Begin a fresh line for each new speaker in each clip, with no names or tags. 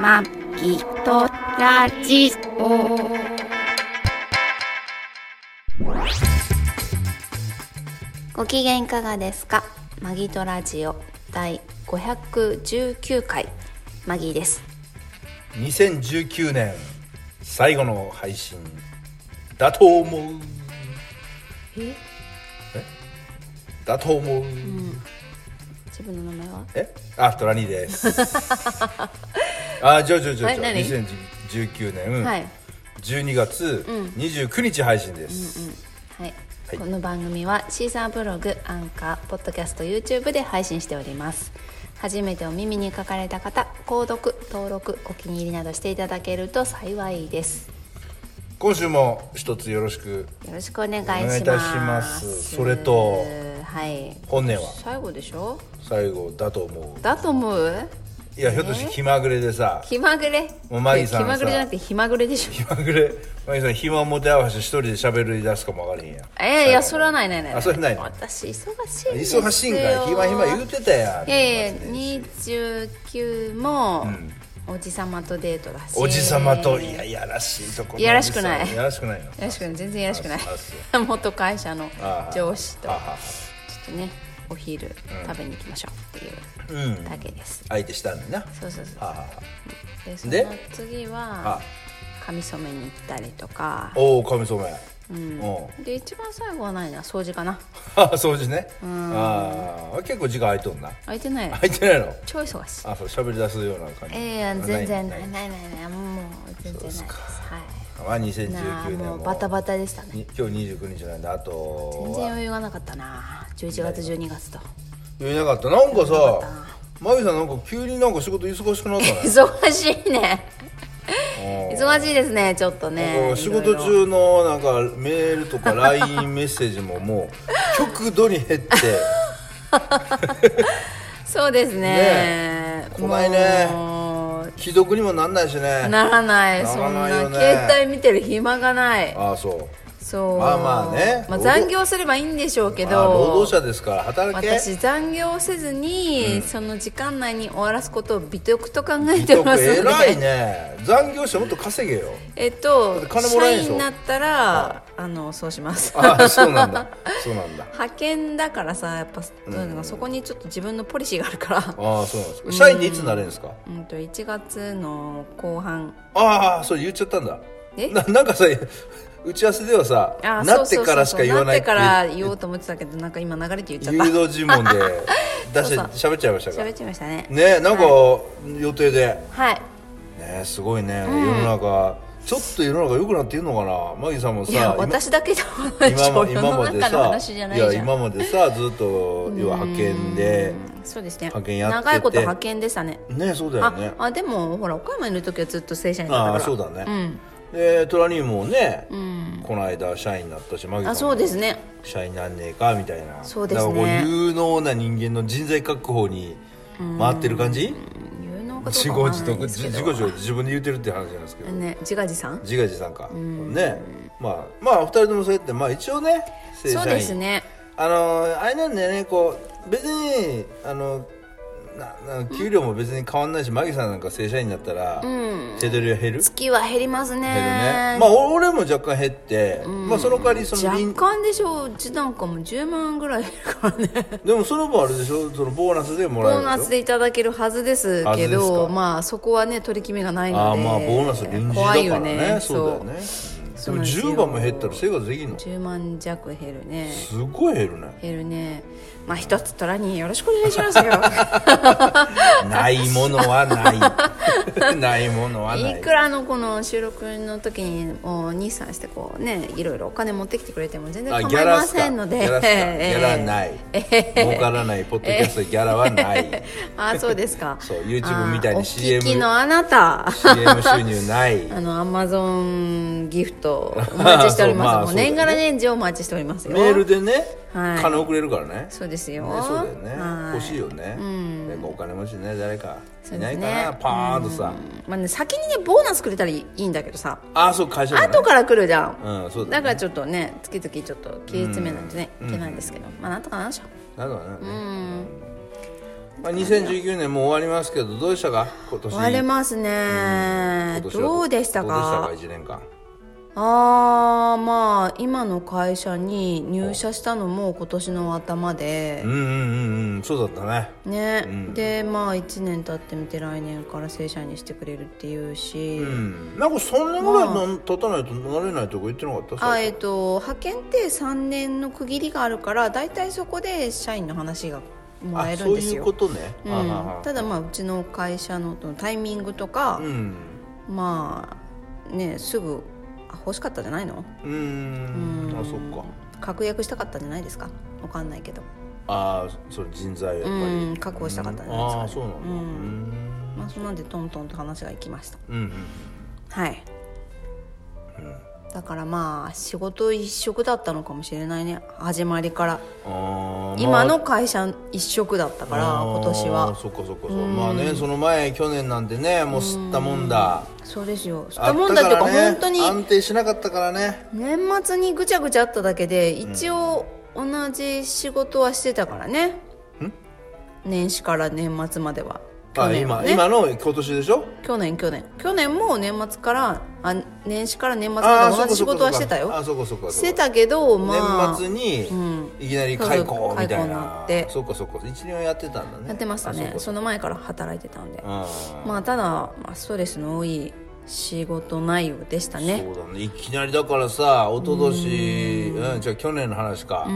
まきとラジオ。ご機嫌いかがですか。マギトラジオ第519回マギーです。
2019年最後の配信だと思う
え
だと思う、
自分の名前は？
えあトラニーです あちょちょちょ
は
ち
い
ょ
何
2019年、
はい
12月29日配信です、
はい。
はい
この番組はシーサーブログ、アンカー、ポッドキャスト、YouTube で配信しております。初めてお耳に書かれた方、購読、登録、お気に入りなどしていただけると幸いです。
今週も一つよろしく
よろしくお願いします。
お願いいたしますそれと
はい。
本年は
最後でしょ
最後だと思
だと思う
ういやひょっとして気まぐれでさ
気まぐれ
もうマギさん
気まぐれ
さ
じゃなくてひまぐれでしょ
気まぐれマギさん暇持て合わせて一人で喋り出すかもわからへんや
ええいやそれはないないない
あそれないの
私忙しいんですよ
忙しいんかい暇暇言うてたやん
いやいや29も、おじさまとデートだし
おじさまとい
い
やいやらしいとこの
いやらしくない
おじさんいやらしくないの
やらしくない全然やらしくない
あそ
元会社の上司とちょ
は
っ
は
とねお昼食べに行きましょうっていううだけです、
相手したんだな
そうそうそう
はは
でその
で
次
は
は髪染めに行ったりとか
おお髪染めうんは
で一番最後はないな掃除かな
は 掃除ねああ結構時間空いとんな
空いてない
空いてないの
超忙しい
あそう喋り出すような感じ
ええや全然ないいないないないもう全然ないですはい
まあ
なあ
2019年
も
も
うバタバタでしたね
に今日29日なんであと
全然余裕がなかったな11月12月と
言えなかったなんか
なかっ
さ
たな
マギさんなんか急になんか仕事忙しくなったね
忙しいね
うん
忙しいですねちょっと
も
ね
う仕事
いろいろ
中のなんかメールとか LINE メッセージもも う極度に減って
そうですね
ねえ来ないね
もう
既読にもなんないしね
ならない
な
そ
ら
ん
な
ない
よね
携帯見てる暇がない
ああそう
そう
まあまあね
まあ、残業すればいいんでしょうけど、
まあ労働者ですから働け
私残業せずに、その時間内に終わらすことを美徳と考え てますので
偉いね残業してもっと稼げよ
えっと
だって金もら
社
えんでしょ
員になったら、あのそうします
ああそうなんだそうなんだ
派遣だからさやっぱ、どういうのかそこにちょっと自分のポリシーがあるから、
ああそうなんですか社員にいつなれるんですか
うん、と1月の後半
ああそう言っちゃったんだ
え
ななんかさ打ち合わせではさ
あ
なってからしか言
そうそうそう
わない
なってから言おうと思ってたけどなんか今流れて言っちゃ
誘
っ
導尋問で出して
そう
喋っちゃいました
た
か
喋っちゃいましたね
ねなんか予定で、
はい
ねすごいね、世の中ちょっと世の中良くなっているのかなマギさんもさ
いや
今
私だけじゃないでし
今
ょ
も
世
今
の
まで
中の
さ
話じゃない
い
じゃん
や今までさずっと要は派遣で
そうですね
派遣やってて
長いこと派遣でしたね
ねそうだよね
ああでもほら岡山にいる時はずっと正社員だったか
あ
ら
あそうだね、
うん
でトラニーもね、
うん
この間社員になったしマギさんも
あそうですね
社員なんねえかみたいな
そうですね
だからこう有能な人間の人材確保に回ってる感じ
有能か
自
どうか
業
わか
自
んないん
得
ですけ
自
ど
自業自得自分で言ってるって話なんですけど、
ね自画自賛
自画自賛か、ねまあまあ二人ともそうやってまあ一応ね正社
そ
員
うですね
あのーあれなんだよねこう別にあのなな給料も別に変わんないし、マギさんなんか正社員になったら、手取りは減る
月は減りますね
減るねまあお俺も若干減って、まあその代わりその
若
臨
干でしょううちなんかも10万ぐらい減るからね
でもその分あれでしょそのボーナスでも
ボ
らえる
ー
でしょ
ナスでいただけるはずです
はず
け
です
ど
か
まあそこはね取り決めがないので
ああまあボーナス臨時だから
怖
ね
いよね
そうだよねで
そう
も
なんですよ
10番も減ったら生活できんのす
10万弱減るね
ごい減るね
減るねまあ一つトラによろしくお願いします よ
ないものはない ないものはない
いくらのこの収録の時にもう兄さんしてこうねいろいろお金持ってきてくれても全然
あ
構
ギャ
い
ラ
ま
っすか
せ
ギ
んので
ャラっすか
ええ
ギャラない儲からないポッドキャストギャラはない
あそうですか
そう YouTube みたいに
あー
CM
お聞きのあなた
CM 収入ない
あのアマゾンギフトお待ちしております
そうまあ
もう
そうだね
年がら年中お待ちしておりますよ
メールでね
はい
金送れるからね
そうですよ、
ねそうだよね
は
欲しいよね
うん
なんかお金持ちね誰か
そう
い
で
な
す
い
ね
かなパーンとさ
まあね、先にねボーナスくれたらいいんだけどさ
あそう会社だね
後から来るじゃん、
うんそうだ
だ
ね
からちょっとね月々ちょっと切り詰めないとね、いけないんですけどまあなんとかなんでしょう
なるほどね
うん
まあ、2019年もう終わりますけどどうでしたか今年
終われます
今
ね
年は
どうでした
ど
か
うでしたか1年間
あーまあ今の会社に入社したのも今年の頭で
うんうんうんうんそうだったね
ね、
うん
でまあ1年経ってみて来年から正社員にしてくれるっていうし、
うんなんかそんなぐらいの経たないとなれないとこ行ってなかった
あ
最
え
初
っと派遣って3年の区切りがあるから大体そこで社員の話がもらえるんですよ
あそういうことね、
う
あはは
ん、ただまあうちの会社のタイミングとか
う、ん
まあねすぐあ欲しかったじゃないの
うーんあそっか
確約したかったんじゃないですかわかんないけど
ああそれ人材やっぱり、
うん確保したかったんじゃないですかね
ああそうなんだ、
うん
うん
まあそんなんでトントンと話がいきました
うんうん
はい、だからまあ仕事一色だったのかもしれないね始まりから
あーまあ
今の会社一色だったから
あー
今年は
そっかそっかそうまあねその前去年なんてねもう吸ったもんだ
そうですよ吸っ
あ
た
っ
もんだっていうか
たらね
本当に
安定しなかったからね
年末にぐちゃぐちゃあっただけで一応同じ仕事はしてたからね、年始から年末までは去
あ
年は
今
ね
今の今年でしょ
去年去年去年も年末からあ年始から年末
あ
ま
あ
で
そ
同
っか
じ仕事は
そっか
してた
あ
よ
そこそこ
してたけどまあ
年末にいきなり解雇みた
そうそう解雇
いな
になって
そっかそっか一年はやってたんだね
やってました
あ
ね
そっか
その前から働いてたんで
あ
まあただ、まあ、ストレスの多い仕事内容でした
ー
ね
そうだねいきなりだからさ一昨年うんじゃあ去年の話か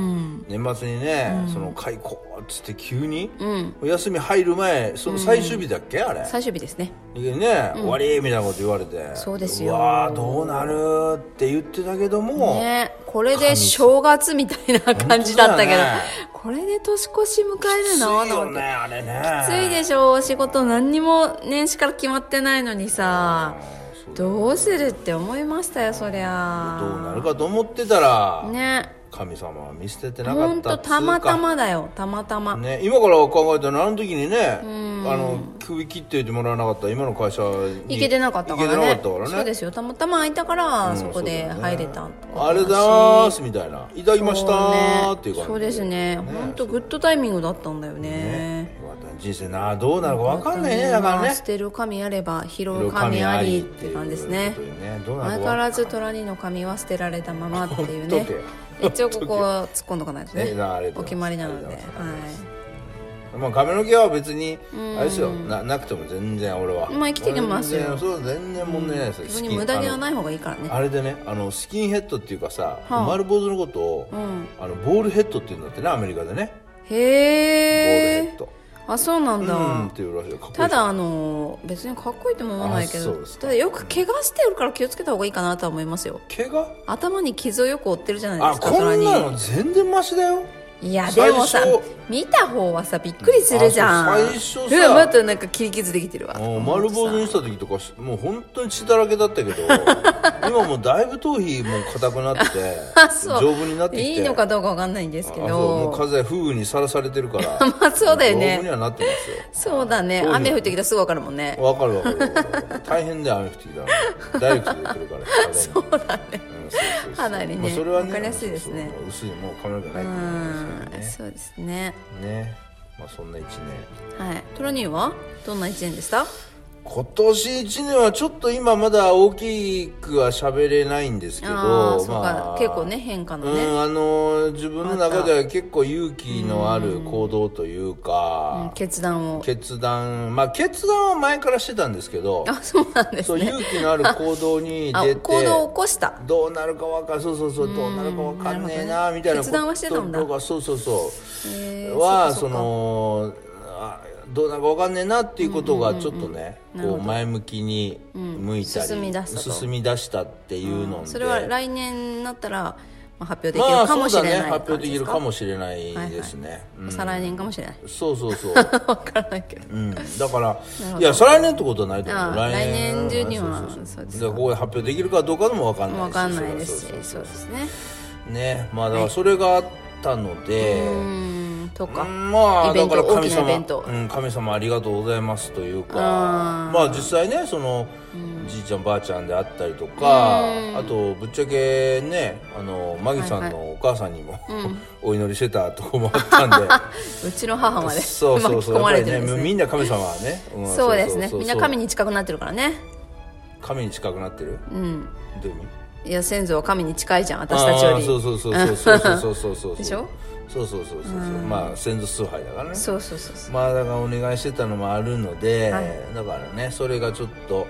年末にねその解雇っつって急にお休み入る前その最終日だっけあれ
最終日ですね
でね、終わりみたいなこと言われて
そうですよ
わあどうなるって言ってたけども、
ねこれで正月みたいな感じだったけど、
本当だよね
これで年越し迎える
つい
の
よねあれね
きついでしょお仕事何にも年始から決まってないのにさ
そうだ
どうするって思いましたよそりゃ
どうなるかと思ってたら、
ね
神様は見捨ててな
ほ
か
ん
った
と
っつうか
たまたまだよたまたま、
ね、今から考えたらあの時にねあの首切っていてもらわなかったら今の会社に
行けてなかったからね
行けてなかったからね
そうですよたまたま空いたから、
うん
そこで
そうだ
入
よね
れたことだし
あれだーすみたいないただきました
そうね
ーっていう感じ
そうですね
ね
本当グッドタイミングだったんだよね
よかった人生などうなるか分かんないねだから
まあ
ね
捨てる神あれば拾う神ありって感じですね
ということでねどうな
相
るか
変
分
わ
から
ず虎にの神は捨てられたままっていう
ほっ
ね
と
一応ここは突っ込んどかないとね
ねなありが
お
とうござ
決
います
まりなので
あ
は
り
い
がとうございますまあ、髪の毛は別にあれですよななくても全然俺は
まあ生きていけますよ
全然そう全然問題ないですよ、
別に無駄毛は
な
ない方がいいからね
あれでねあのスキンヘッドっていうかさ、
はあ
丸坊主のことを、あのボールヘッドっていうんだってねアメリカでねボ
へ
ールヘ
え
ッド
あそうなんだ、
うんっていうらしいよかっこいい
ただあの別にかっこいいとも思わないけ
あそう
ど
ですか
ただよく怪我してるから気をつけた方がいいかなとは思いますよ
毛が
頭に傷をよく負ってるじゃないで
あ
すか
こ
虎
ん
に
なの全然マシだよ
いや
最
で
初
もさ見た方はさびっくりするじゃん
あそう最初さ
うんまたなんか切り傷できてるわ
もう丸坊主にした時とかしもう本当に血だらけ だったけど今もうだいぶ頭皮も硬くなって
あそう
丈夫になってきて
いいのかどうかわかんないんですけ
あそうも
ど
う風風雨にさらされてるから
まあそうだよ
丈夫に
ね
はなってますよ
そうだね
そうよ
雨降ってきたらすぐわかるもんね
わかるわかるわかるわかる大変だよ雨降ってきたらダイレクトで言っ てるから体にそうだね、ん、そうそうそう
かなりね
まあ、それはね
わかりやすいですね
そうそうもう薄いもう髪の毛な
う
いから
ん
ね
そうですね
ねまあそんな一年
はいトロニーはどんな一年でした
今年一年はちょっと今まだ大きくは喋れないんですけど
ああそう
ま
か
あ
結構ね変化の
う
ね
んあのー自分の中では結構勇気のある行動という
うん
か、
決断を
決断まあ決断は前からしてたんですけど
あそうなんです
そう勇気のある行動に
あ
出て
行動を起こした
どうなるかわかんそうそうそうどうなるかわかんねえ
なるほど
な
ね
みたいなこ
決
と
断はしてたんだ
とかそうそうそう、
へえ
はそ
そうかそうか
のあどうなるかわかんねえなっていうことがちょっとね、こう前向きに向いたり、
進み出したと
進み出したっていうので、
それは来年になったらまあ発表でき
ま
る
あ
か
そ
も
う
し
だ
れ
ね
ない
発表できるか
も
もしれないですね、うん
再来年かもしれない
そうそ うそう、
わからないけど
うん、だからいや再来年ってことはないと思
あ
う
あ来年中には
そう
そう
で
です
すだからここで発表できるかどうかもわかんないし
わかんないですし
そうそうそう
そうですね
ねまあだからそれがあったので、
うんとか、
まあ
イベント
だか
大
ら神
きなイ
様
ベント、
うん、神様ありがとうございますというか
あー
まあ実際ねその、じいちゃんばあちゃんであったりとか、あとぶっちゃけねあのマギさんのお母さんにも、 お祈りしてたとこもあったん で
うちの母まで
そうそう
巻き
そう
込まれて
や
る
っ
ん
ぱ
です
りね
ね
みんな神様はね、ん
そうですね
そうそうそう
みんな神に近くなってるからね
神に近くなってる
うん
どういう意味
いや先祖は神に近いじゃん私たちよ
あ
り
ーそうそうそうそうそうそうそうそう
でしょ
そうそうそうそうそうまあ先祖崇拝だからね
そうそうそうそう
まあだからお願いしてたのもあるので、
はい
だからねそれがちょっと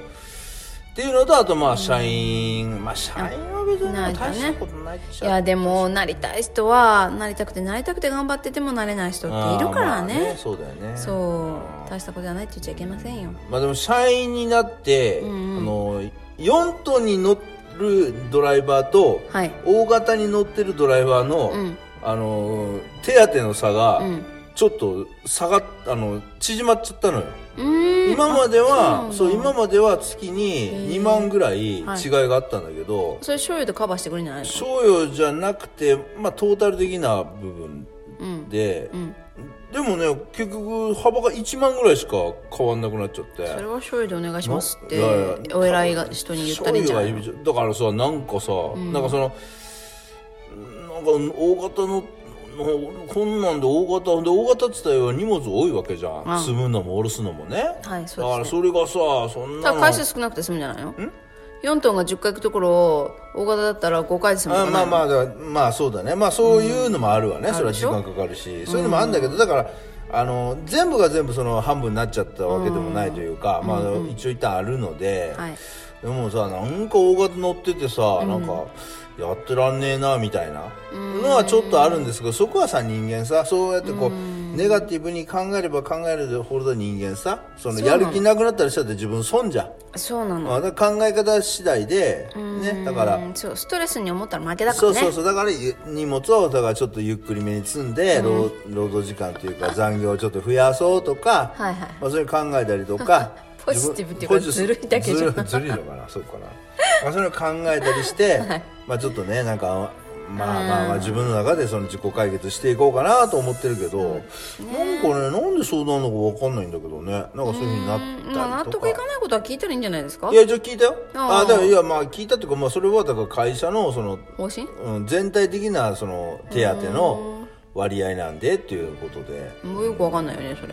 っていうのとあとまあ社員、まあ社員は別に
ないか
大
ね
したことないっち
い
ゃ
やでもなりたい人はなりたくてなりたくて頑張っててもなれない人っているからね,、
あーまあそうだよね
そう大したことじゃないって言っちゃいけませんよ
まあでも社員になって、あの4トンに乗るドライバーと、
はい
大型に乗ってるドライバーの、
ん
あの手当の差が、
ん
ちょっと下がっあの縮まっちゃったのよ
うーん
今までは
あ
そ
そうう
今までは月に2万ぐらい違い
はい
があったんだけど
それ醤油でカバーしてくれるんじゃないの
賞与じゃなくて、まあ、トータル的な部分
うん
で、
ん
でもね結局幅が1万ぐらいしか変わんなくなっちゃって
それは醤油でお願いしますって
いやいや
お偉いが人に言ったりじゃん
醤油が指じゃだからさなんかさ、なんかそのなんか大型ののこんなんで大型で大型っつったら荷物多いわけじゃん、
うん
積むのも下ろすのもね、
はい
だ
そう
か
で
ら
すね
それがさそん
ただ
なの
回数少なくて済むんじゃないの4トンが10回行くところを大型だったら5回で済むと
あ
か
ま
な
あ
い
まあだからまあそうだねまあそういうのもあるわね、それは時間かかるしそういうのもあるんだけど、だからあの全部が全部その半分になっちゃったわけでもないというか、まあ、一応一旦あるので、
はい
でもさなんか大型乗っててさ、なんかやってらんねえなみたいなのはちょっとあるんですけどそこはさ人間さそうやってこう、ネガティブに考えれば考えるほど人間さその
そうな
や
の
る気なくなったりしたって自分損じゃん、
そうなの
まあ、だから考え方次第で、ね、だから
うんそうストレスに思ったら負けだか
そ
ら
う
ね
そうそうだからゆ荷物はだからちょっとゆっくりめに積んで、労労働時間というか残業をちょっと増やそうとか
はいはい
まあ、そういう考えたりとか
ポジティブっていうか
自分ポジ
ずるいだけじゃん
ずるずるいのかなそうかな、まあ、そういうの考えたりして、まあちょっとねなんかまあまあまあ自分の中でその自己解決していこうかなと思ってるけど、なんかねなんでそうなのかわかんないんだけどねなんかそういうふうになったりとか、
まあ納得いかないことは聞いたらいいんじゃないですか
いやじゃあ聞いたよ
あー
あだからいやまあ聞いたっていうか、まあ、それはだから会社のその
方針
うん、全体的なその手当の割合なんでっていうことで
もうよくわかんないよねそれ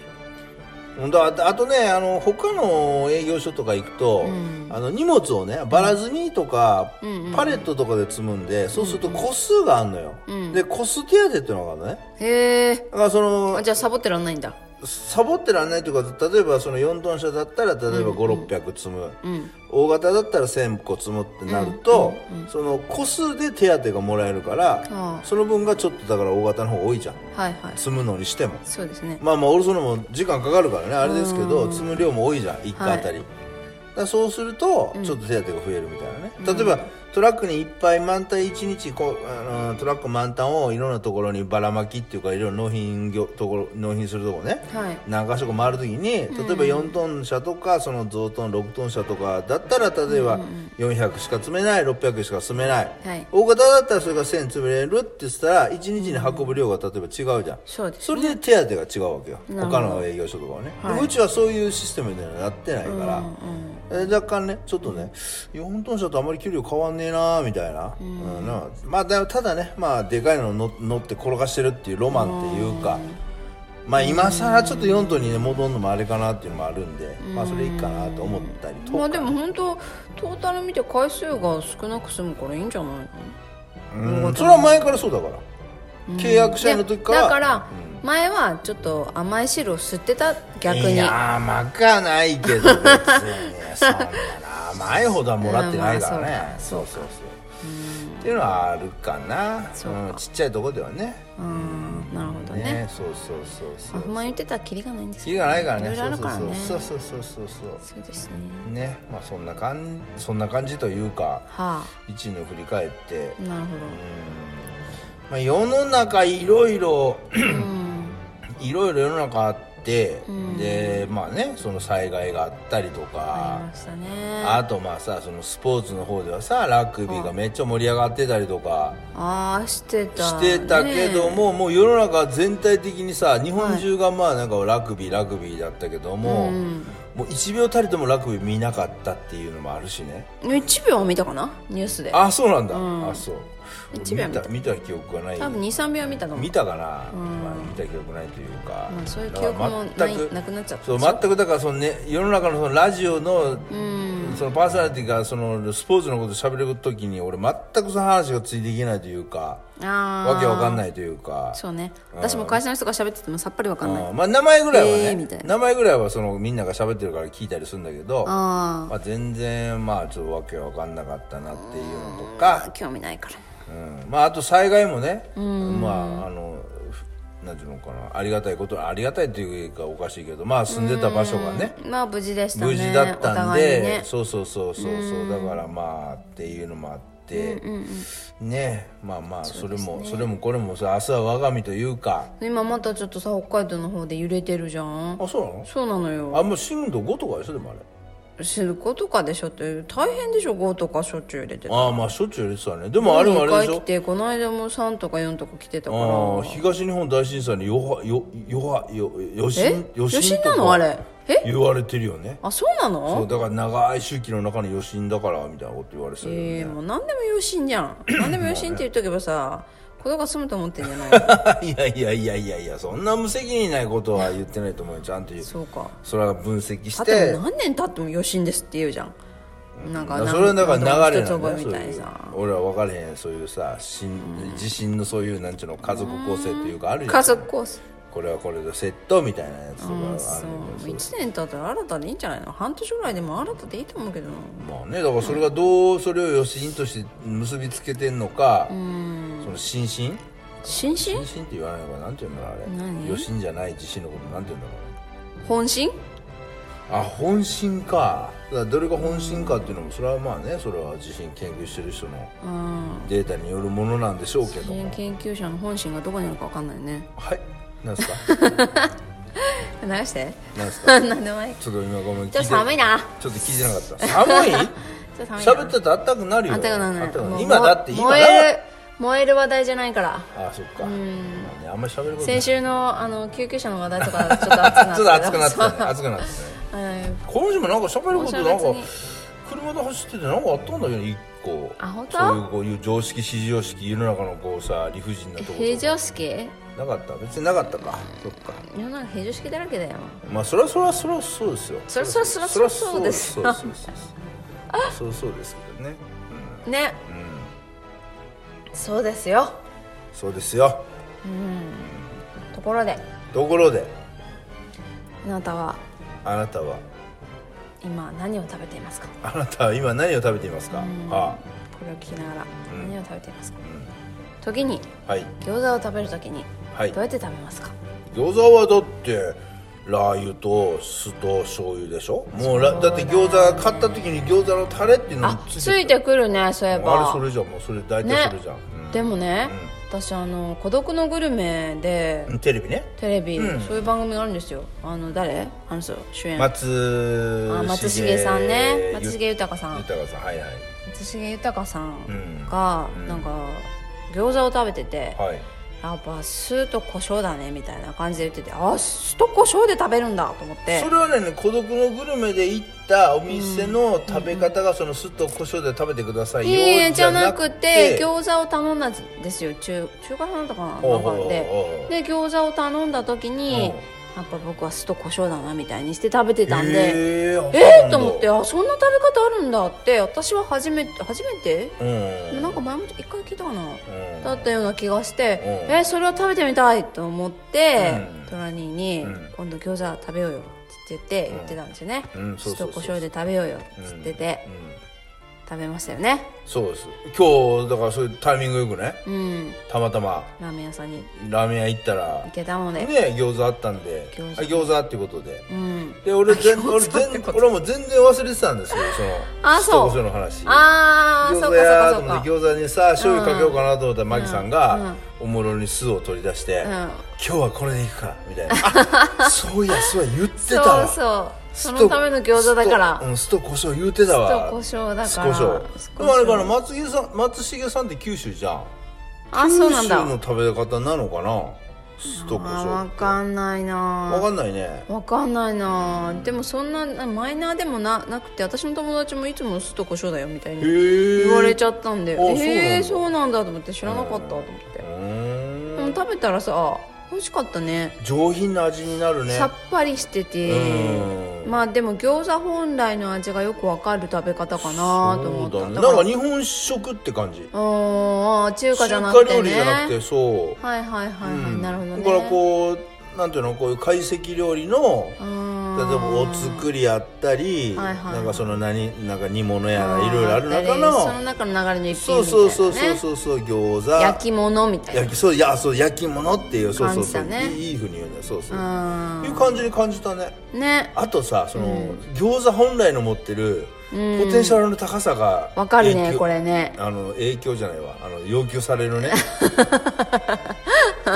ほんとあとあとねあの他の営業所とか行くと、あの荷物をねばら積みとか、パレットとかで積むんで、そうすると個数があるのよ、で個数手当っていうのがあるのね
へえ
だからその
じゃあサボってらんないんだ
サボってらんないというか例えばその4トン車だったら例えば5600積む、大型だったら1000個積むってなると、その個数で手当がもらえるから、
あ
その分がちょっとだから大型の方が多いじゃん
はいはい
積むのにしても
そうですね
まあまあ俺そのも時間かかるからねあれですけど積む量も多いじゃん1回あたり、だからそうするとちょっと手当が増えるみたいなね、例えばトラックにいっぱい満タン1日こうあのトラック満タンをいろんなところにばらまきっていうかいろいろ納品業ところ納品するとこね、
はい
何か所か回るときに例えば4トン車とかその増トン6トン車とかだったら例えば400しか積めない600しか積めない、
はい
大型だったらそれが1000積めれるって言ったら1日に運ぶ量が例えば違うじゃん、
そうです
それで手当が違うわけよ
なるほど
他の営業所とかはね、
はいう
ちはそういうシステムにはなってないから、えー若干ねちょっとね4トン車とあまり距離変わんねえなみたいな、うんなまあ、だただね、まあ、でかいのの乗って転がしてるっていうロマンっていうか、まあ、今更ちょっと4トンに、ね、戻るのもあれかなっていうのもあるんで、まあ、それいいかなと思ったりとか、
まあでも本当トータル見て回数が少なく済むからいいんじゃない
うんそれは前からそうだから、契約社員の
の
時から
だから前はちょっと甘い汁を吸ってた逆に
いや甘くはないけど別 にそんなな甘いほどはもらってないからね、
まあま
そうそうそうっていうのはあるかな
そうか
んちっちゃいとこではね
うんなるほど
ね
ね
そうそうそう
まあ
そ
不
う
満言ってたらキリがないんです
気がないから
い
ね
ろいろあるからね
そうそうそうそうそうそうそ
そうですね
うねまあそんな感じそんな感じというか
は
一年を振り返って、
あなるほ
まあ、世の中いろいろ
どうん
いろいろ世の中あって、でまあねその災害があったりと
あ
か
りましたね
あとまあさそのスポーツの方ではさラグビーがめっちゃ盛り上がってたりとか、
ああしてた
してたけど
ね
も、もう世の中全体的にさ日本中がまあなんかラグビーラグビーだったけども、もう1秒たりともラグビー見なかったっていうのもあるしね
1秒は見たかなニュースで
あそうなんだ、あそう
一秒
見た見た記憶がない
多分23秒は見たと思う
見たかな、まあ、見た記憶ないというか、
まあそういう
だ
記
から
憶もない
全く
なくなっちゃった
そう全くだからその、ね、世の中のそのラジオの,、そのパーソナリティがそのスポーツのこと喋るときに俺全くその話がついていけないというか
あー
わけわかんないというか
そうね私も会社の人が喋っててもさっぱりわかんない
あーまあ、名前ぐらいはね、
えーみたいな
名前ぐらいはそのみんなが喋ってるから聞いたりするんだけど
あ
まあ、全然まあちょっとわけわかんなかったなっていうのとか
あ興味ないから
うんまあ、あと災害もね、まああのふなんていうのかなありがたいことありがたいというかおかしいけどまあ住んでた場所がね
まあ無事でしたね
無事だったん
お互い
で、
にね
そうそうそうそうそうだからまあっていうのもあって、ねまあまあそれもそ,、れもこれもさ明日は我が身というか
今またちょっとさ北海道の方で揺れてるじゃん
あそうなの
そうなのよ
あもう震度5とかでしょでもあれ
知る子とかでしょって大変でしょ5とかしょっちゅう揺れてて
ああまあしょっちゅう入れてたねでもあれはあれで
二
し
回
ょ
来てこの間も3とか4とか来てたから
ああ東日本大震災の余波よ余よ余震
え
余
余
震
震
と
なのあれ
か
え
言われてるよね
あそうなの
そうだから長い周期の中の余震だからみたいなこと言われてたけど
え
ね
ー、もう何でも余震じゃ ん何でも余震って言っとけばさ子供が済むと思ってんじ ゃないの
いやいやいやいやいやそんな無責任ないことは言ってないと思うよちゃんと言う
そうか
それは分析し
あって
て
も何年経っても余震ですって言うじゃんなんか
それはだから流れな
なんん
だ
と
よ
か一つ覚えみ
そう
たい
い
な
う
さ
俺は分かれへんそういうさしん地震のそういうなんちゅうの家族構成というかあるじゃ
家
ん
族コース
これはこれでセットみたいなやつとかあるんだ
そう
けど
1年経ったら新たでいいんじゃないの半年ぐらいでも新たでいいと思うけどな
まあねだからそれがどうそれを余震として結びつけてんのかその心身心
心身
身って言わないのかなんて言うんだろうあれ
何
余震じゃない地震のことなんて言うんだろうね
本心
あ本心かだからどれが本心かっていうのもそれはまあねそれは地震研究してる人の
うん
データによるものなんでしょうけ
地
ど
震
も
研究者の本心がどこにあるか分かんないね
はいなん すか
流して
なんすか
何でもない
ちょっと今ごめん
ちょっと寒い
聞て
な
ちょっと聞いてなかった寒い
ちょっと 寒い
喋ってたらあったくなるよ
あったかな
あったくな
も
る
う
今だって今
燃
だ
える燃える話題じゃないから
あそっか、まあね、あんまり喋ることな
先
い
週のあの救急車の話題とかちょっと熱くなって
ちょっと熱くなって
た
たね熱くなってたね
けどはい
今週もなんか喋ること
今週
なん
別
か
に
車で走っててなんかあったんだよね一個
あ本当
そういうこういう常識非常識世の中のこうさ理不尽なところ
平常識
なかった別になかったかそっか
世の中平常識だらけだよ
まあそりゃそりゃそりゃそうですよ
そりゃそりゃそりゃ
りゃ
そうです
そうそうそうそうそうそうですけどね
ね、そうですよ
そうですよ
ところで
ところで
あなたは
あなたは
今何を食べていますか
あなたは今何を食べていますかあ
これを聞きながら何を食べていますか、時に
あはい
餃子を食べる時に
はい
どうやって食べますか、
餃子はだってラー油と酢と醤油でしょもうらだって餃子買った時に餃子のタレっていうのに
あ
ついて
ついてくるねそういえば
あれそれじゃんもうそれ大体それじゃん、
でもね、私あの「孤独のグルメで」
うん、テレビね
テレビ、そういう番組があるんですよあの誰あの人主演、
松
あ松重さんね松重豊さん
豊さんはいはい
松重豊さ
うん
んが、なんか餃子を食べてて、
はい
やっぱ酢と胡椒だねみたいな感じで言っててあ酢と胡椒で食べるんだと思って
それはね孤独のグルメで行ったお店の食べ方がその酢と胡椒で食べてください
い
よ
えいえじゃなくて
日
餃子を頼んだんですよ中中華屋さんだったかななん
おう
か
おうおうおう
でで餃子を頼んだ時にやっぱ僕は酢と胡椒だなみたいにして食べてたんで
えー、
え
あ
ー、と思ってあそんな食べ方あるんだって私は初めて初めて
そうなんだ
なんか前も一回聞いたかな
うんうん
だったような気がして、
うん
えそれを食べてみたいと思って、
うん
トラニーに、
うん
今度餃子食べようよ」って言って言ってたんですよね
うんう
「
んそう
酢
そ
と
うそ
胡
う
椒で食べようよ」って言ってて、
うん
食べましたよね
そうです今日だからそういうタイミングよくね
うん
たまたま
ラーメン屋さんに
ラーメン屋行ったら
行けたので、
ね餃子あったんで
餃子
餃子餃子っていうことで
うん
で俺全俺
餃子って
全
こと
俺も全然忘れてたんですよその
あ
酢と
そう
胡椒の話
ああそ
餃
う
子
か
や
そ
ーと
う
思っ
か
て
そうか
餃子にさ醤油かけようかなと思ったらマキさん
うんう
が
ん
おもろに酢を取り出して
う
今
ん
日はこれでいくからみた いなあそういやそうや言ってたわ
そうそうそ
酢と
のための餃子だから
酢とうん酢と胡椒言うてたわ
酢と胡椒だから
酢胡椒
酢胡椒
でもあれから松重さん松重さんって九州じゃん
あそうなんだ
九州の食べ方なのかな酢とか
あ
醤
わ
油
かんない
わ
な
か
ん
ないね
わかんないなでもそんななマイナーでもななくて私の友達もいつも酢と胡椒だよみたい
へ
に
え
言われちゃったんで
あそうなんだ
えー、そうなんだと思って知らなかったと思ってでも食べたらさ美味しかったね
上品な味になるね
さっぱりしてて
うん
まあでも餃子本来の味がよくわかる食べ方かなと思った
そうだね
だ
なん
ら
か日本食って感じ
あー中華じゃな
中華
くて
料
ね
理じゃなくてそう
はいはいはいはい、なるほどね
だからこうなんていうのこういう懐石料理の
例え
例えばお作りやったり、
はいはい
なんかその何なんか煮物やらいろいろある中の
その中の流れの一品
そ
み
う
たいな、ね、
そうそうそうそうそう餃子
焼き物みたいな
焼きそういやそう焼き物っていうそうそうそう、
感じだね
いいいいふうに言うんだよそうそう、
う
いう感じに感じたね
んね
あとさその、餃子本来の持ってるポ
うん
テンシャルの高さが
わかるね
影響
これね
あの影響じゃないわあの要求され るね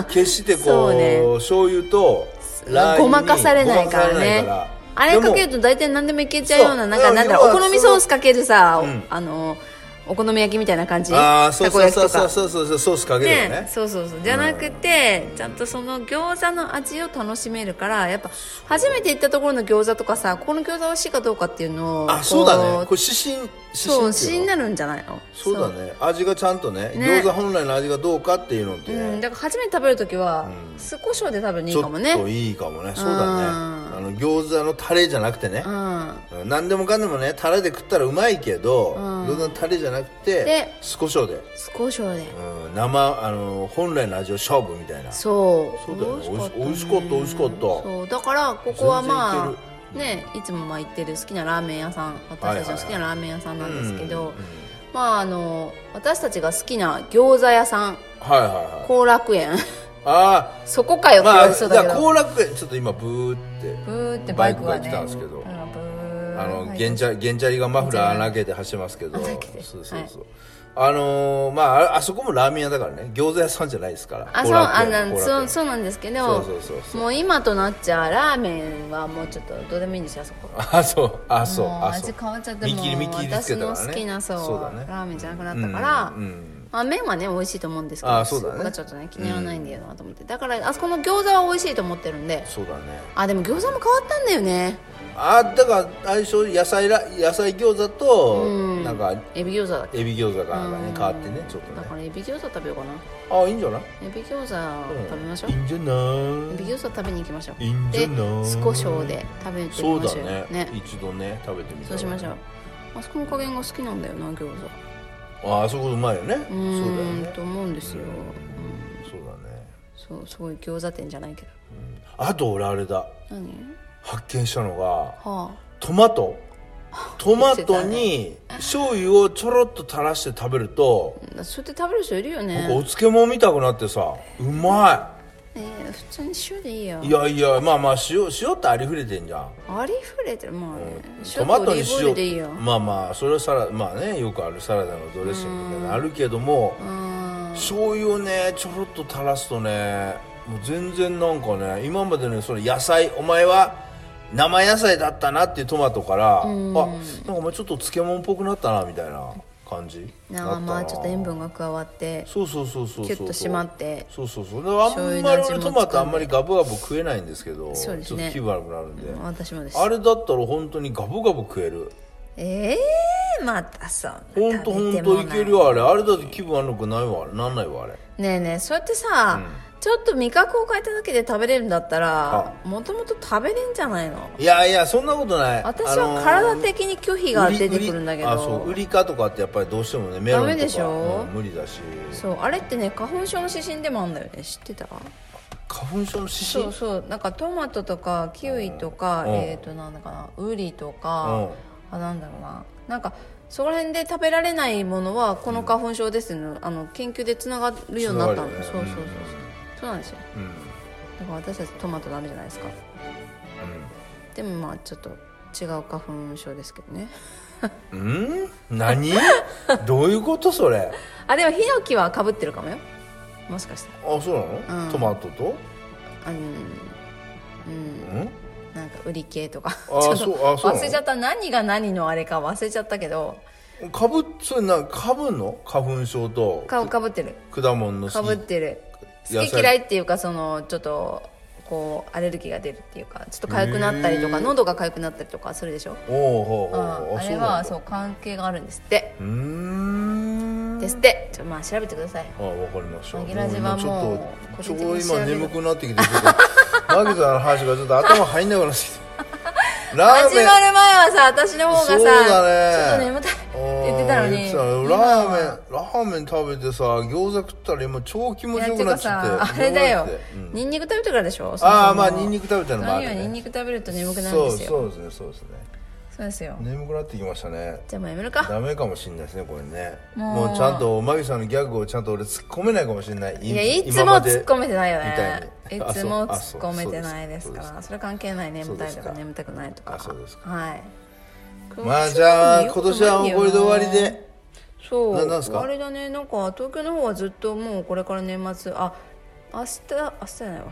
決してこ
そう
う
ね
醤油とラー油に
ごまかされないからね
ごまされないから
あれかける
で
と大体何でもいけちゃうよう
そ
な
う
なんかなんだろう
要は
お好みソースかけるさ、
ん
あのお好み焼きみたいな感じ
もああそう
たこ
そう
焼き
そう
と
そう
か
そうそうそうソースかけるよね
ね、そうそうそうじゃなくて、ちゃんとその餃子の味を楽しめるからやっぱ初めて行ったところの餃子とかさここの餃子美味しいかどうかっていうのを
あそうだ
こ
ねこれ指針
そう
指
死
針
に
っていうの
なるんじゃないの
そうだね味がちゃんとね
ね
餃子本来の味がどうかっていうのって
そう、うん、
ね、
だから初めて食べる時は酢胡椒で食べるのい
ち
い
ょ
かも
っと
ね
いいかもねそうだねあの餃子のタレじゃなくてね
う、ん
何でもかんでもねタレで食ったらうまいけど、餃子のタレじゃなくて
で
酢胡椒で
酢胡椒で
うん生あの本来の味を勝負みたいな
そう
そうだよね
ね
美味しかった美味しかった
そうだからここはま
全然い
あね、いつもまあ行ってる好きなラーメン屋さん私たちの好きなラーメン屋さんなんですけど、まああの私たちが好きな餃子屋さん
はいはいはい
後楽園
あ
そこかよって言
あま
わ
あ
れそう
だ
だ
か
け
ら
ど、
後楽園ちょっと今ブーって
ブーってバイクが、ね、
バイクが来たんですけど
うブー
あの
はい
ゲンチャゲンチャリがマフラー投げて走ってますけど
投げて
そうそうそうあのーまあああそこもラーメン屋だからね餃子屋さんじゃないですから
あ
後
そう
楽
あ
園
なん
後楽園
そうそうなんですけど
そうそうそうそう
もう今となっちゃラーメンはもうちょっとどうでもいいんですよあそこ
あそうあそう
もう
あそ
味
う
変わっちゃって
見
も
切り見切りです
私
けど
の
ね
好きなそう
そうだね
ラーメンじゃなくなったから、
うんうん
まあ、麺はね美味しいと思うんですけ
あ
ど
そうだね
そこがちょっとね気にならないんだよなと思って、だからあそこの餃子は美味しいと思ってるんで
そうだね
あでも餃子も変わったんだよね
あだから相性野菜ら野菜餃子と、なんか
エビ餃子だっけ
エビ餃子がなんかね変わってねちょっと
だ
ね
からエビ餃子食べようかな
あいいんじゃない
エビ餃子食べましょう、
いいんじゃ
エビ
ない
餃子食べに行きましょう
いいんじゃ
で
ない
酢胡椒で食べてみましょ
そう
う
だ
よ
ね一度ね食べてみた
そうしましょうあそこの加減が好きなんだよな餃子
うああそこうまいよねそう
う
だよ
ーん
ね
と思うんですよ
そうだね
そうすごい餃子店じゃないけど
あと俺あれだ
何
発見したのが
は
トマトトマトに醤油をちょろっと垂らして食べると、
あそうやって食べる人いるよ
なんかお
ね
漬物みたくなってさうま
えー普通に塩でいいよ
いいやいやまあまあ塩塩ってありふれてんじゃん
ありふれてるまあね
トマトに
塩とオリーブオイルでいいよ
塩まあまあそれはサラまあねよくあるサラダのドレッシングみたいなのあるけども
うん
醤油をねちょろっと垂らすとねもう全然なんかね今までねその野菜お前は生野菜だったなっていうトマトからあなんかお前ちょっと漬物っぽくなったなみたいな感じ
なんかま
だ
あ
た
ちょっと塩分が加わって
そうそうそうそうそう
キュッと締まって
そうそうそうだから
醤
あん
油の
まり
味
俺
も
トマトあんまりガブガブ食えないんですけど
そうですね
ちょっと気分悪くなるんで、
私もです
あれだったら本当にガブガブ食える
ええー、またそんな
ほんとほ
食べて
ん
もな
と
い
けるよあれあれだって気分悪くないわなんないわあれ
ねえねえそうやってさ、ちょっと味覚を変えただけで食べれるんだったらもともと食べれんじゃないの
いやいやそんなことない
私
あの
は
ー
体的に拒否が
売り
出てくるんだけど、
売りあそう売りかとかってやっぱりどうしてもねメロンとか
ダメでしょ
うん無理だし
そうあれってね花粉症の指針でもあるんだよね知ってた
花粉症の指針
そうそうなんかトマトとかキウイとか、
うん
えっ、となんだかなウリとか、あなんだろうななんかそこら辺で食べられないものはこの花粉症ですの、あの研究でつながるようになったの、
つながるよね
そうそうそうそう
うん
そうなんですよ
うん、
だから私たちトマトダメじゃないですかでもまあちょっと違う花粉症ですけどね
うんうん、何どういうことそれ
あでもヒノキはかぶってるかもよもしかして
あそうなの、
うん
トマトと
あのうん
うん
なんか売り系とか
あ
ちょっ
そうあ
と
そうなの
忘れちゃった何が何のあれか忘れちゃったけど
かぶそれなんかぶんの花粉症と
顔かぶってる
果物の
か
好
ぶっ
き
てる
野
好
菜
き嫌いっていうかそのちょっとこうアレルギーが出るっていうかちょっと痒くなったりとか
へー
喉が痒くなったりとかするでしょ、
おお
うん、
ほうほう
あれ
うな
は
んだ
そう関係があるんですって
うーん
ですってちょまあ調べてください
あわかりました
マギラジは
う今
もう
ちょ
個人
っと
的に
超
調
今
べる
眠くなってきてちょっと マギさんの話がちょっと頭入んなくなってき てラー
始
メン
まる前はさ私の方がさ
そうだね
ちょっと眠たい
あ
っ
ー
て言ってたのに
言ってたね
今
ラーメン
は
ラーメン食べてさ餃子食ったら今超気持
いやて
ちよ
い
く
う
な
か
っち
さ
ゃって
あれだよ
どうやって
ニンニク食べてからでしょ
ああまあニンニク食べたのもあ
何
る
は
ね
ニンニク食べると眠くなるんで
そう
すよ
そうですねそうですね
そうですよ
眠くなってきましたね
じゃあもうやめるか
ダメかもしれないですねこれね
も
も
う
うちゃんとマギさんのギャグをちゃんと俺突っ込めないかもしれない
い
い
やいつも突っ込めてないよねい
みたいに
つも
あ
突
そ
っ
う
込めてないですか
あそ
ら
うそう
それ関係ない
そ
眠
う
た
で
い
す
と
か
か眠たくないとか
あそうですか
はい
まあじゃあ今年はもうこれで終わりで
そう
ななんすか
あれだねなんか東京の方はずっともうこれから年末あ明日明日じゃないわ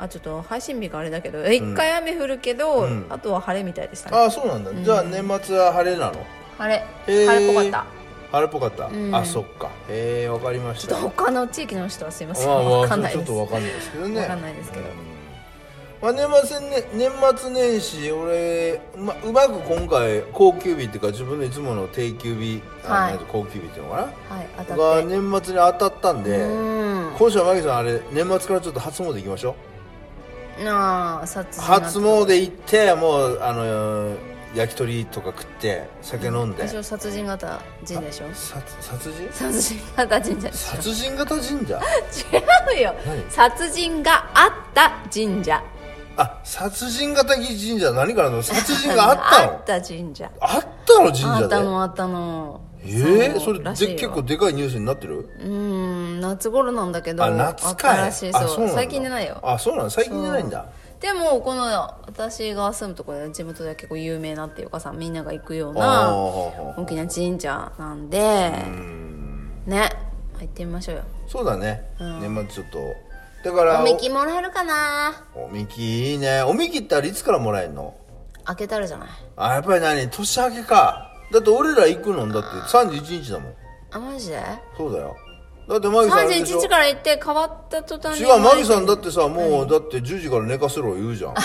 あちょっと配信日があれだけど一回雨降るけど、あとは晴れみたいでしたね
ああそうなんだ、じゃあ年末は晴れなの
晴れ
へー
晴れっぽかった
晴れっぽかった、あそっかへえわかりまし
ちょ
た
っと他の地域の人はすいません、
まあま
わ
あ
か
ち
ん
ょ
ない
ちょ
で
っ
す
とわかんないですけどね
わかんないですけど
うんまあ、年末ね年末年始俺、まあ、うまく今回高級日っていうか自分のいつもの定休日、
はい
あなんて高級日っていうのか
はい当
な
た
が
って
年末に当たったんで
うん
今週はマギさんあれ年末からちょっと初詣行きましょ
なあ殺人になった
う初詣行ってもうあの焼き鳥とか食って酒飲んで、
私は殺人型神社でしょ
さ殺人
殺人型神社でし
殺人型神社
ょ違うよ
何
殺人があった神社
あ殺人型神社何からの殺人があった の
あった神社
あったの神
あ
社
った
で
のあったの
ええ
う
それ
らしい
で
よ
結構でかいニュースになってる
うん夏頃なんだけど
あ夏か
あった
い
らしいそう
あなんだ
最近出ないよ
あそうなの最近出ないんだ
でもこの私が住むところで地元では結構有名なっていうかさみんなが行くよう
あ
な
あ
大きな神社なんでね入ってみましょうよ
そうだね年末ちょっとだから
おみきもらえるかな
おおみきいいねおみきってあれいつからもらえるの
開けたらじゃない
あやっぱり何年明けかだって俺ら行くのだって31日だもん
あマジで
そうだよだってマギさんあれでしょ
31日から行って変わった途端
違
に
うマギさんだってさもうだって10時から寝かせろ言うじゃん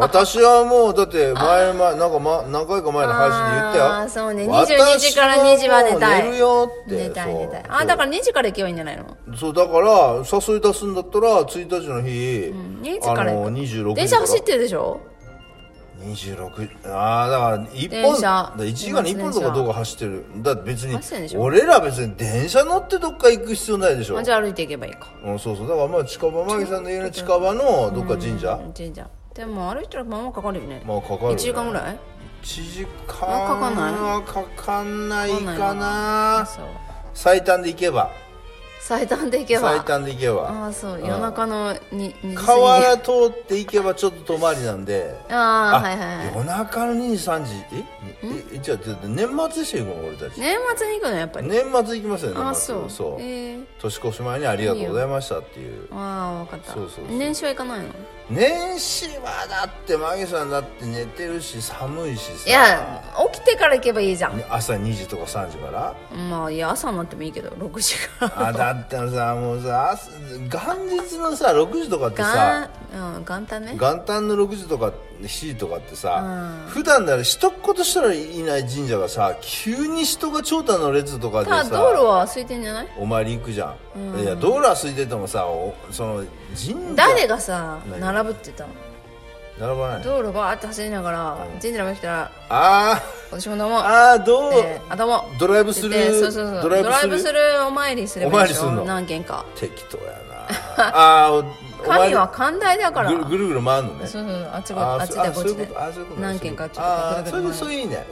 私はもうだって前前なんか、ま、何回か前の配信で言ったよ
あーそうね
私
22時から2時は寝たい
もう寝るよって
寝たい
そう
寝たいあだから2時から行けばいいんじゃないの
そうだから誘い出すんだったら1日の日、
2時
あ
から行
の
く
26時
電車走っててるでしょ
26ああだから一
電
本
車
だ1時間に1本とかどうか走ってるだって別
走ってんでし
に
ょ
俺ら別に電車乗ってどっか行く必要ないでしょ
あじゃあ歩いて行けばいいか
うん、そうそうだからまあ近場マギさんの家の近場のどっか神社、
神社でも歩いたらまあまあかかるよね
まあかかる、ね、
1時間ぐらい
1時間
あかかんない
はかかんない
かかんない
かな
そう
最短で行けば
最短で行けば
最短で行けば
ああそう夜中のに2時
川
過ぎ
原通って行けばちょっと遠回りなんで
ああはいはいはい
夜中の2時3時えええじゃあちょっと年末でしょ行くの俺たち
年末に行くのやっぱり
年末行きますよね
ああ
年末
そう
そう、
ええ
年越し前にありがとうございましたっていう
ああ分かった
そうそうそう
年始は行かないの
年始はだってマギさんだって寝てるし寒いしさ
いや起きてから行けばいいじゃん
ね朝2時とか3時から
まあいや朝になってもいいけど6時から
あだってさもうさ朝元日のさ6時とかってさ
元,、うん、元旦ね
元旦の6時とか7時とかってさ、普段なら一言したらいない神社がさ急に人が長蛇の列とかで
ただ
さ
道路は空いてんじゃない
お参り行くじゃん、いや道路は空いててもさおその神社
誰がさ
何
並ぶって言ったの
並ばないの
道路バーって走りながら神社の前来たら
あ
「私も飲も
あ
う」
ああどう、
で「あどうも」
ドライブス
っ
ルー
て言ってそうそうそう
ド
ド
ラ
ラ
イブスル
イ
ー
ブスルーお参りすればいいでし
お参りす
ょ
んの
何軒か
適当や なあーおお参
神
り
は寛大だから
ぐるぐるぐる回るのね
そうそうそうあっちこ
あ
あっちでこっちで
あそういうことあそういうこと
何軒かちょ
あ
っ
ー
と
そ
ぐるぐ
ういう
る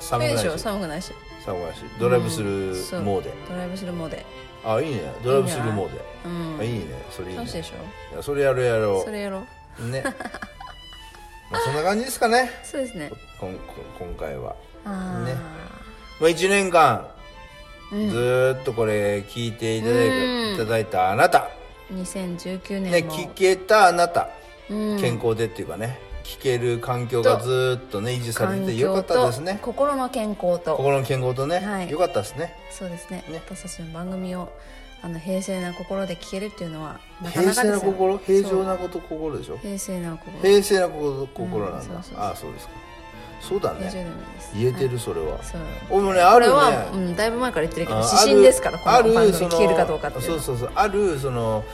そう
回るそうで
いういいね寒くない
し
し
ょ寒くないし
寒くないしドライブスル
そ
ー
う
モーで、
ドライブスルーモーで
あいいねドライブスルーモーで
うん
あいいねそれいいね
楽しいでし
いやそれやろうや
ょ
ろ
それやろう
うね まあそんな感じですかね
そうですね
こんこん今回は、
ああ、
ねまあ、1年間ずーっとこれ聞いていただい,、いただいたあなた、
2019
ね、
年も、
聞けたあなた
うん
健康でっていうかね、聞ける環境がずーっとね維持されててよかったですね
心の健康と
心の健康とね、
はい
よかったですね
そうですね
ね
私たちの番組をあの平静な心で聞けるっていうのはなか
平
なか
静
で
な
すよ
心平常
そう
なこと心でしょ
平静な心
平静な心心なんだ、
うんそうそうそう
ああそうですかそうだ
平常でも
ね
いいです
言えて
はい
るそれは、
そう
俺もねあ
こ
る
れ
ね
は、うん、だいぶ前から言ってるけど
あ
指針ですからこの
ある
番組
その
聞けるかどうかっていうの
そう
は
そうそうあるその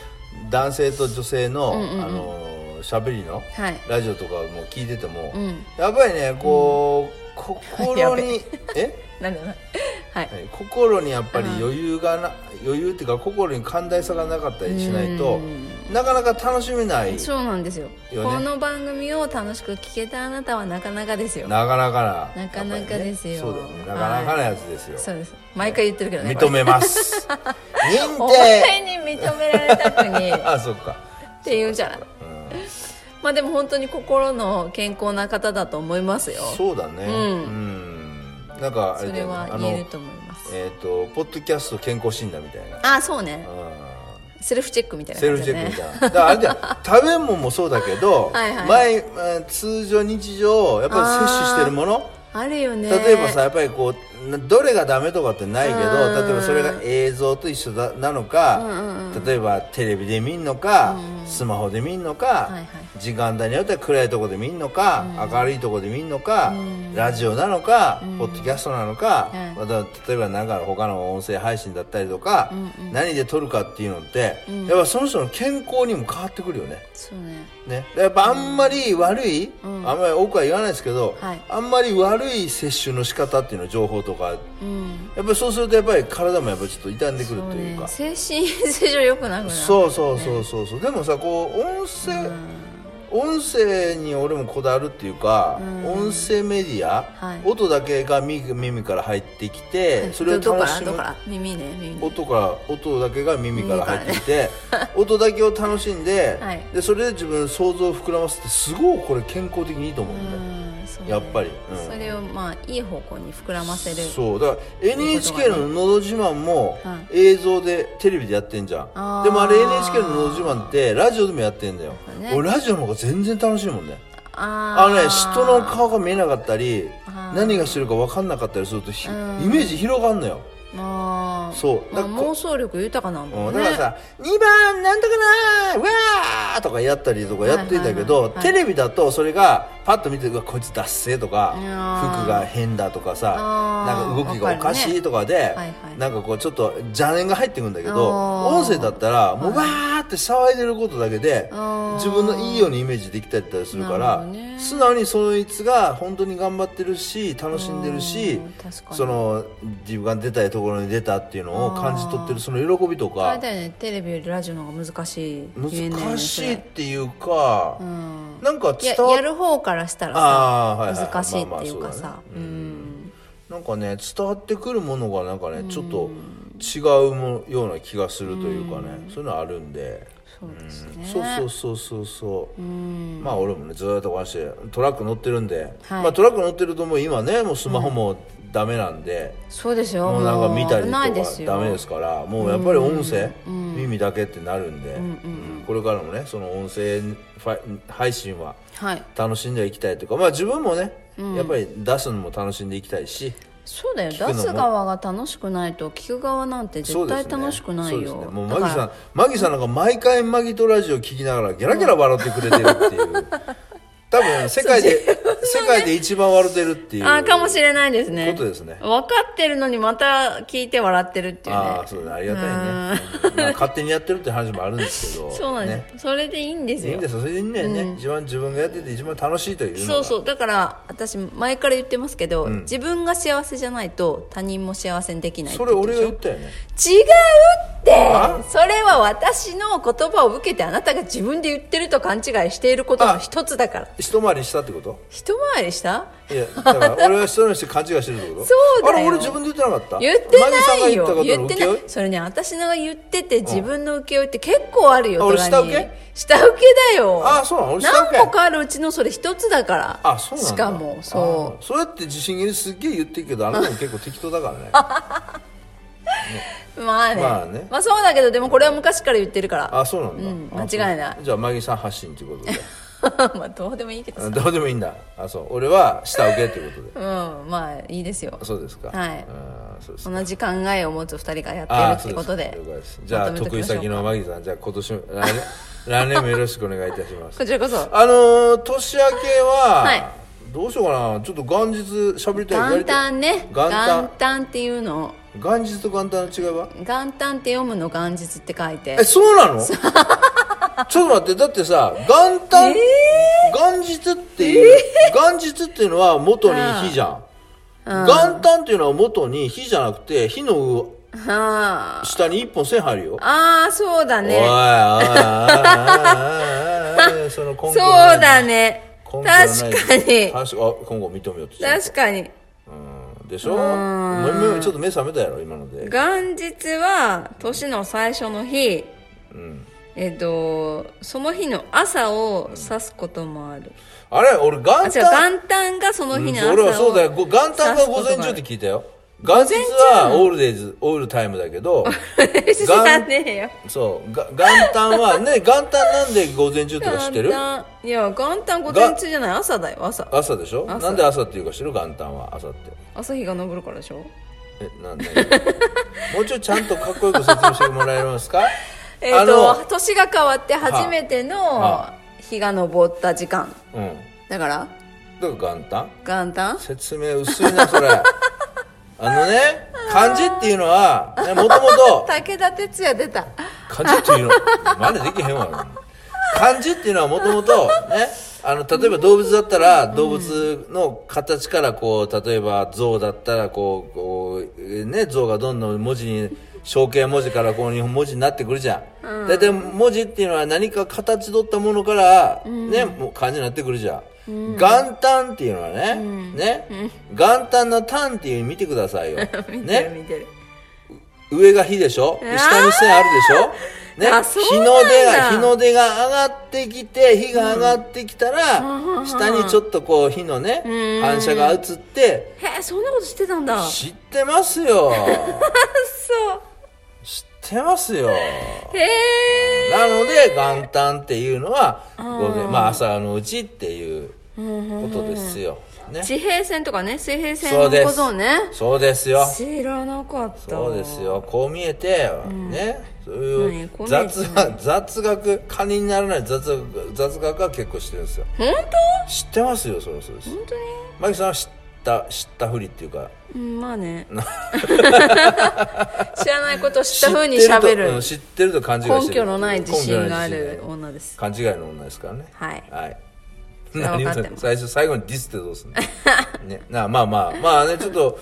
男性と女性の、
うんうんうん
あの喋りの
はい
ラジオとかも聞いてても、
うん
やっぱりねこう、心にえ
なんでもない はい
はい心にやっぱり余裕がな、余裕っていうか心に寛大さがなかったりしないとなかなか楽しめない
そうなんですよ
よね
この番組を楽しく聞けたあなたはなかなかですよ
なかなかな
なかなかですよ
やっぱりねそうだよねなかなかなやつですよ、
そうです毎回言ってるけどねこれ
認めます 認
お
定
前に認められたくにっ
あそっか
て言うじゃない
うん
まあでも本当に心の健康な方だと思いますよ
そうだね。
ん
うん。なんかあ
そ
れだ
れ
よね
は
あの
言えると思います
えっ、とポッドキャスト健康診断みたいな。
ああそうね
うん
セルフチェックみたいな
セル
感
フ
じ
チ
で
ェック
ね
みたいな。だからあれだよ。食べ物もそうだけど、
はいはい
前えー通常日常やっぱり摂取してるもの。
あるよね
例えばさやっぱりこうなどれがダメとかってないけど
うん
例えばそれが映像と一緒だなのか、例えばテレビで見んのか、スマホで見んのか、
いはい
時間帯によっては暗いとこで見んのか、明るいとこで見んのか、ラジオなのか、ポッドキャストなのか、
はい
また例えばなんか他の音声配信だったりとか、何で撮るかっていうのって、やっぱその人の健康にも変わってくるよね。
そうね
ね、やっぱあんまり悪い、あんまり多くは言わないですけど、
はい
あんまり悪い摂取の仕方っていうの情報とかやっ
うん
ぱりそうするとやっぱり体もやっぱりちょっと傷んでくる
そ
と
う
いう
ね
かそう,、
精神衛生上良くなくなる
そうそうそうそうでもさこう音声、音声に俺もこだわるっていうか、音声メディア、
はい
音だけが耳耳から入ってきて、
はい
それを
どどこ
楽
から
し
ど
む
こから耳ね耳ね
音から音だけが耳から入ってきて、音だけを楽しんで,、
はい
でそれで自分の想像を膨らませてすごいこれ健康的にいいと思うんだよ、
うんそうね
やっぱりうん
それをまあいい方向に膨らませる
そうだから NHK の「のど自慢」も
うん
映像でテレビでやってんじゃ
あ
ん
ー
でもあれ NHK の「のど自慢」ってラジオでもやってんだよ、
そうね
俺ラジオの方が全然楽しいもんね
あ
あのね
ー
人の顔が見えなかったり
あー
何がしてるか分かんなかったりするとひイ
うん
メージ広がんのよ
まあ
そう
まあ
だからこ
妄想力豊かなんだ
う
も
ん
ん
だ
ね
からさ「2番なんとかなーうわー!」とかやったりとかやってんだけど、
はいはいはいはい
テレビだとそれがパッと見て「うわこいつダッセー」とか
いやー
服が変だとかさ
あ
な
ー
んか動きがおかしいとかで
るねはいはい
なんかこうちょっと邪念が入ってくんだけど
あー
音声だったらもうわーって騒いでることだけで
あー
自分のいいようにイメージできたりするか
なる
ら
ほどね
素直にそいつが本当に頑張ってるし楽しんでるし
あー確かに
その自分が出たいところに出たっていうのを感じ取ってるその喜びと
あ
か
れだよねテレビよりラジオの方が難しいゆえんだよね
難し
そ
い
れ
っていうか、
うん
なんか
いや
伝わ
やる方からしたら
あーはいはいは
さ
い
難しいっていうか
まあま
さ
あ
うん
なんかね伝わってくるものがなんかねちょっと違うもような気がするというかね、そういうのあるんで。
そうですね
そうそうそうそうそう、
ん
まあ俺もねずーっとこうしてトラック乗ってるんで、
はい
まあ、トラック乗ってるともう今ねもうスマホもダメなんで、
そうですよ
もうなんか見た
もう危ない
り
で
と
す
か
よ
ダメですからもうやっぱり音声、耳だけってなるんで、うんこれからもねその音声ファイ配信は
はい
楽しんでいきたいというかまあ自分もね、やっぱり出すのも楽しんでいきたいし
そうだよ
くの
出
も
す側が楽しくないと聞く側なんて
そう
絶
です
対
ね
楽しくないよ
そうですねもうマ
だ
ギ
から
さんマギさんなんか毎回マギとラジオ聞きながらギャラギャラ笑ってくれてるっていう、 多分世界で、世界で一番笑ってるっていう
あーかもしれないですね
ことですね
分かってるのにまた聞いて笑ってるっていうね
ああそうだねありがたいね、まあ勝手にやってるって話もあるんですけど
そうなんです、それでいいんです
ねいいん
よ
ですよそれでいいんだよね、一番自分がやってて一番楽しいというのが
そうそうだから私前から言ってますけど、自分が幸せじゃないと他人も幸せにできないって
そ
言
れ
って
俺
る
が
でしょ
言ったよね
違うって
あ
それは私の言葉を受けてあなたが自分で言ってると勘違いしていることの一つだから
一回りしたってこと
一回りした
いやだから俺は人の人勘違いしてるってこと
そうだよ
あれ俺自分で言ってなかった
言って
マギさ
な
んが
い
言った
よ
こと
言ってない
受け負い
それね私のが言ってて自分の請負いって結構あるよ
あ俺
戸上に
下請
下請けだよ
あそうなの俺下請
何
け
個かあるうちのそれ一つだから
あそうなんだ
しかもそ
あそれって自信気にすっげえ言ってる けどあなたも結構適当だからねあ
うまあね,、
ま
ま
あ
あ
ね
そうだけどでもこれは昔から言ってるから
そうなんだ、
うん間違いない
あそうじゃあマギさん発信ということで
まあどうでもいいけどさ
どうでもいいんだあそう俺は下請けということで
うんまあいいですよ
そうですか
はい
うんそうですか
同じ考えを持つ二人がや
あ
ってるってことで
そうす了解すじ
ま
ゃあ
とめと
得
き
意
ましょう
先の天木さんじゃあ今年も来 年来年もよろしくお願いいたします
こちらこそ
あのー年明けは、
はい
どうしようかなちょっと元日喋りたい
元旦ね
元
元旦
旦
っていうのを
元日と元旦の違いは
元旦って読むの元日って書いて
えそうなのちょっと待ってだってさ元旦、元日っていう、元日っていうのは元に日じゃん、元旦っていうのは元に日じゃなくて火の
あ
下に一本線入るよ
あああそうだ
おいおい
ね
おいおいおいおいおいその根拠
そ
の
う
ない
だね
根
確
拠のない
かに
確かあ今後認めようとしてる
確かに
うんでしょお前もちょっと目覚めたやろ今ので
元日は年の最初の日、えっとその日の朝を指すこともある、
あれ俺元
あ違
旦
う元旦がその日の朝を、
俺はそうだよご元旦が午前中って聞いたよ元日はオールデイズオールタイムだ けど
知らねえよ
そうが元旦はね元旦なんで午前中とか知ってる
元旦いや元旦午前中じゃない朝だよ朝
朝でしょ
朝
なんで朝っていうか知る元旦は朝って
朝日が昇るからでしょ
えな んでもうちょいちゃんとかっこよく説明してもらえますか
えっ、
あ
と年が変わって初めての
は
日が昇った時間
のうん
だから
だから元旦
元旦
説明薄いなそれ あのね漢字っていうのはねもともと
武田鉄矢出た
漢字っていうの真似できへんわ漢字っていうのはもともとねあの例えば動物だったら動物の形からこう例えば象だったらこうこうえーね象がどんどん文字に象形文字からこう日本文字になってくるじゃん大体、文字っていうのは何か形取ったものからね、もう漢字になってくるじゃん、元旦っていうのはね、ね、元旦の旦って いう見てくださいよ
見て
ね
る見てる、
上が火でしょ
あー
下に線あるでしょね、
あそう
日
なん
の出
だ
が、日の出が上がってきて、火が上がってきたら、下にちょっとこう火のね、
ん
反射が映って、
へえそんなことしてたんだ
知ってま すよ。
そ
知ってますよ。
うへえ
なので、元旦っていうのは、午前まあ朝のうちっていうことですよ。ね。
地平線とかね水平線
そ
の
うで
ことを
す。
ね
そうですよ。
知らなかった
そうですよこう見えて、ねそうい
何
う
こう見えて
雑学雑学金にならない雑学雑学は結構してるんですよ
本
知ってますよそろそろです
当本当に
マキさんは知った知ったふりっていうか
うんまあね 知らないことを知ったふうにしゃべ
知ってとう
る
ん知ってると勘違いしてる
根拠のない自信があ
根拠のない
る
自信
女です
勘違いの女ですからね
はい
はい
それは分かってます
何を最初最後にディスってどうすんのねなあまあまあまあねちょっと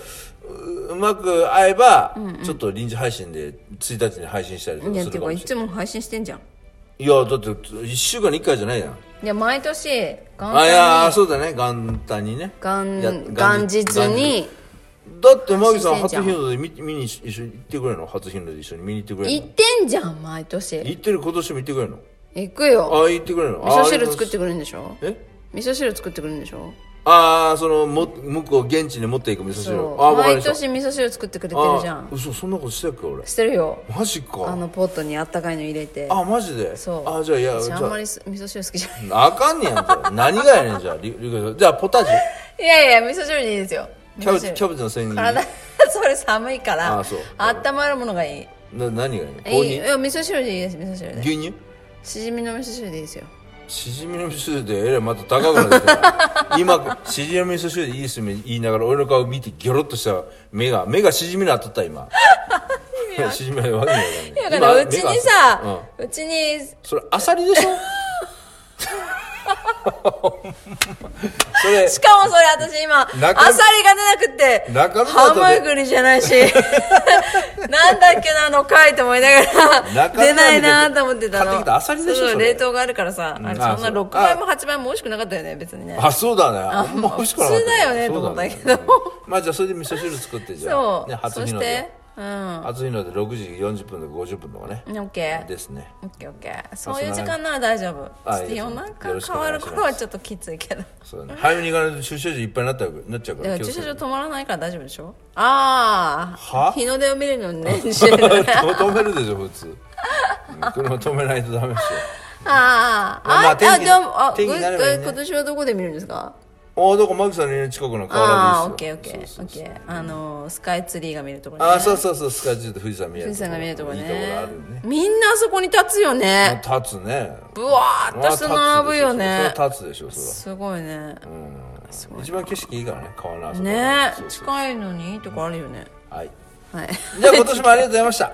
ううまく合えば、ちょっと臨時配信で1日に配信したりとか
いや
す
て
る
い
か
うか
もしれ
い
ない
つも配信してんじゃん
いや、だって、一週間に一回じゃないやん。
いや毎年元旦に
あ、いや、そうだね、元旦にね。いや
元元日に
だって、マギさん、
してんじ
初
ゃん
日の出見見に一緒に行ってくれるの初日の出一緒に見に行ってくれる
行っ
の
てんじゃん毎年
行ってる、今年も行ってくれるの
行くよ
あ、行ってくれるの。
味噌汁作っててくれるんでしょ
ありがとうございますえ
味噌汁作ってくれるんでしょ
あー、その、も、向こう、現地に持っていく味噌汁
そ
を。
う
あー、わかり
毎
ました。
年味噌汁作ってくれて
あ
る
ー
じゃん
嘘、そんなことしてたっけ、俺。
してるよ
マジ
あ
か。
のポットにあったかいの入れて
あ、マジで
そう
あ、じゃあ、いや、
私
じゃ
あんま
あ、
りす味噌汁好きじゃない
あかんねやん、じゃあ。何がやねん、じゃあ、りりゅうかさんじゃあ、ポタジェ
いやいや味噌汁でいいですよ
キャベ
味噌
ツ、
汁
キャベツの千切り。
体 それ寒いから
あそう
温まるものがいい
な何がいいの
いいい
購
や味噌汁でいいです味噌汁
入
で
牛乳
しじみの味噌汁でいいですよ
しじみの味噌汁でえらいまた高くなってきた今しじみの味噌汁でいいですね言いながら俺の顔見てギョロッとした目が目がしじみに当たった今しじみのわけに
いや
わか
だか
んな
ら
いう
ち
今目
に
が
さ、
うん
うちに
それアサリで しょそれ
しかもそれ私今、アサリ
中
が出なくて、
中身
ハ
だとね
マグリじゃない し、なんだっけなあの貝と思いながら、
中身
出ないなと思ってたの。
買ってきたアサリでしょ
そう
それ
冷凍があるからさ、あれ
うんあ
そんな
そう
6倍も8倍も美味しくなかったよね、別にね。
あそうだねあんま美味しくなかった
普通だよね
そう
と思ったけど
まあじゃあそれで味噌汁作ってじゃあ
そ
ね
う。
初
そ
日
し
の出
て、うん。オ
初日の出6時40分とか50分とかね
ッケー。
ですね
オッケーオッケー。そういう時間なら大丈夫。
あ
ちょっと
いいです
夜
ねよろしく
中
お
変わる
願いします
頃はちょっときついけど。
そうだね早めに行かないと駐車場いっぱいになったらなっちゃうか
だからら駐車場
場
止まらないから大丈夫でしょあ
は
あ。日の出を 見るのにね、知らない
止めるでしょ普通車止めないとダメですよ
ああ、
まあ
あ、あ、
天気
あ、でも、あ、
天気になればいい
え
ね
今年はどこで見るんですか
ああだからマキさんの家の近くの河
ああ、オ
原
ッ
で
ケ
す
ーオッケ
よ
ー、
そうそうそう
オッケー。あのー、スカイツリーが見えるところね。
ああそうそうそうスカイツリーと富士山見える
富士山が見えるところね。
いいところあるよね
みんなあそこに立つよね。
まあ立つね
ぶわーっとして並ぶよね。
まあ立つでしょそれは立つでしょ
すごいね。
それは一番景色いいからね川のあそこ
ね
そうそう
近いのにいいとこあるよね。
はい
はい。
じゃあ今年もありがとうございました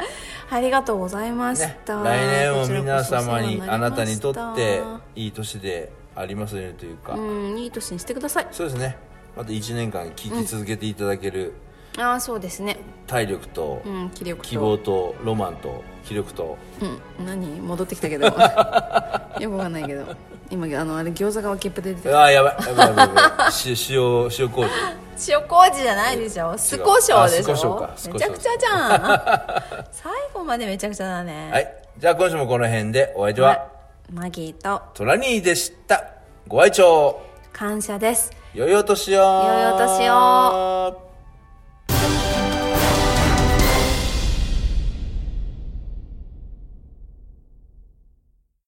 ありがとうございまし
ね、
た。
来年も
こちらこ
皆
そお世
様
話
に
りました
あなたにとっていい年でありますようにというか、
うん、いい年にしてください。
そうですねまた1年間聞き続けていただける
ああ、そうですね。
体力と
うん、気力と。
希望とロマンと気力と
うん、何戻ってきたけ どよくわかんないけど今あのあれ餃子が分けっぱで出て
う
きた
わーやばいやばいやばいやばい し塩塩麹
塩麹じゃないでしょ酢胡椒でし
あ酢胡椒
ょ
か酢胡
め
椒
ちゃくちゃじゃ ん最後までめちゃくちゃだね、
はいじゃあ今週もこの辺でお相手は
マギーと
トラニーでしたご愛聴
感謝です
よいお年を
良いお年
を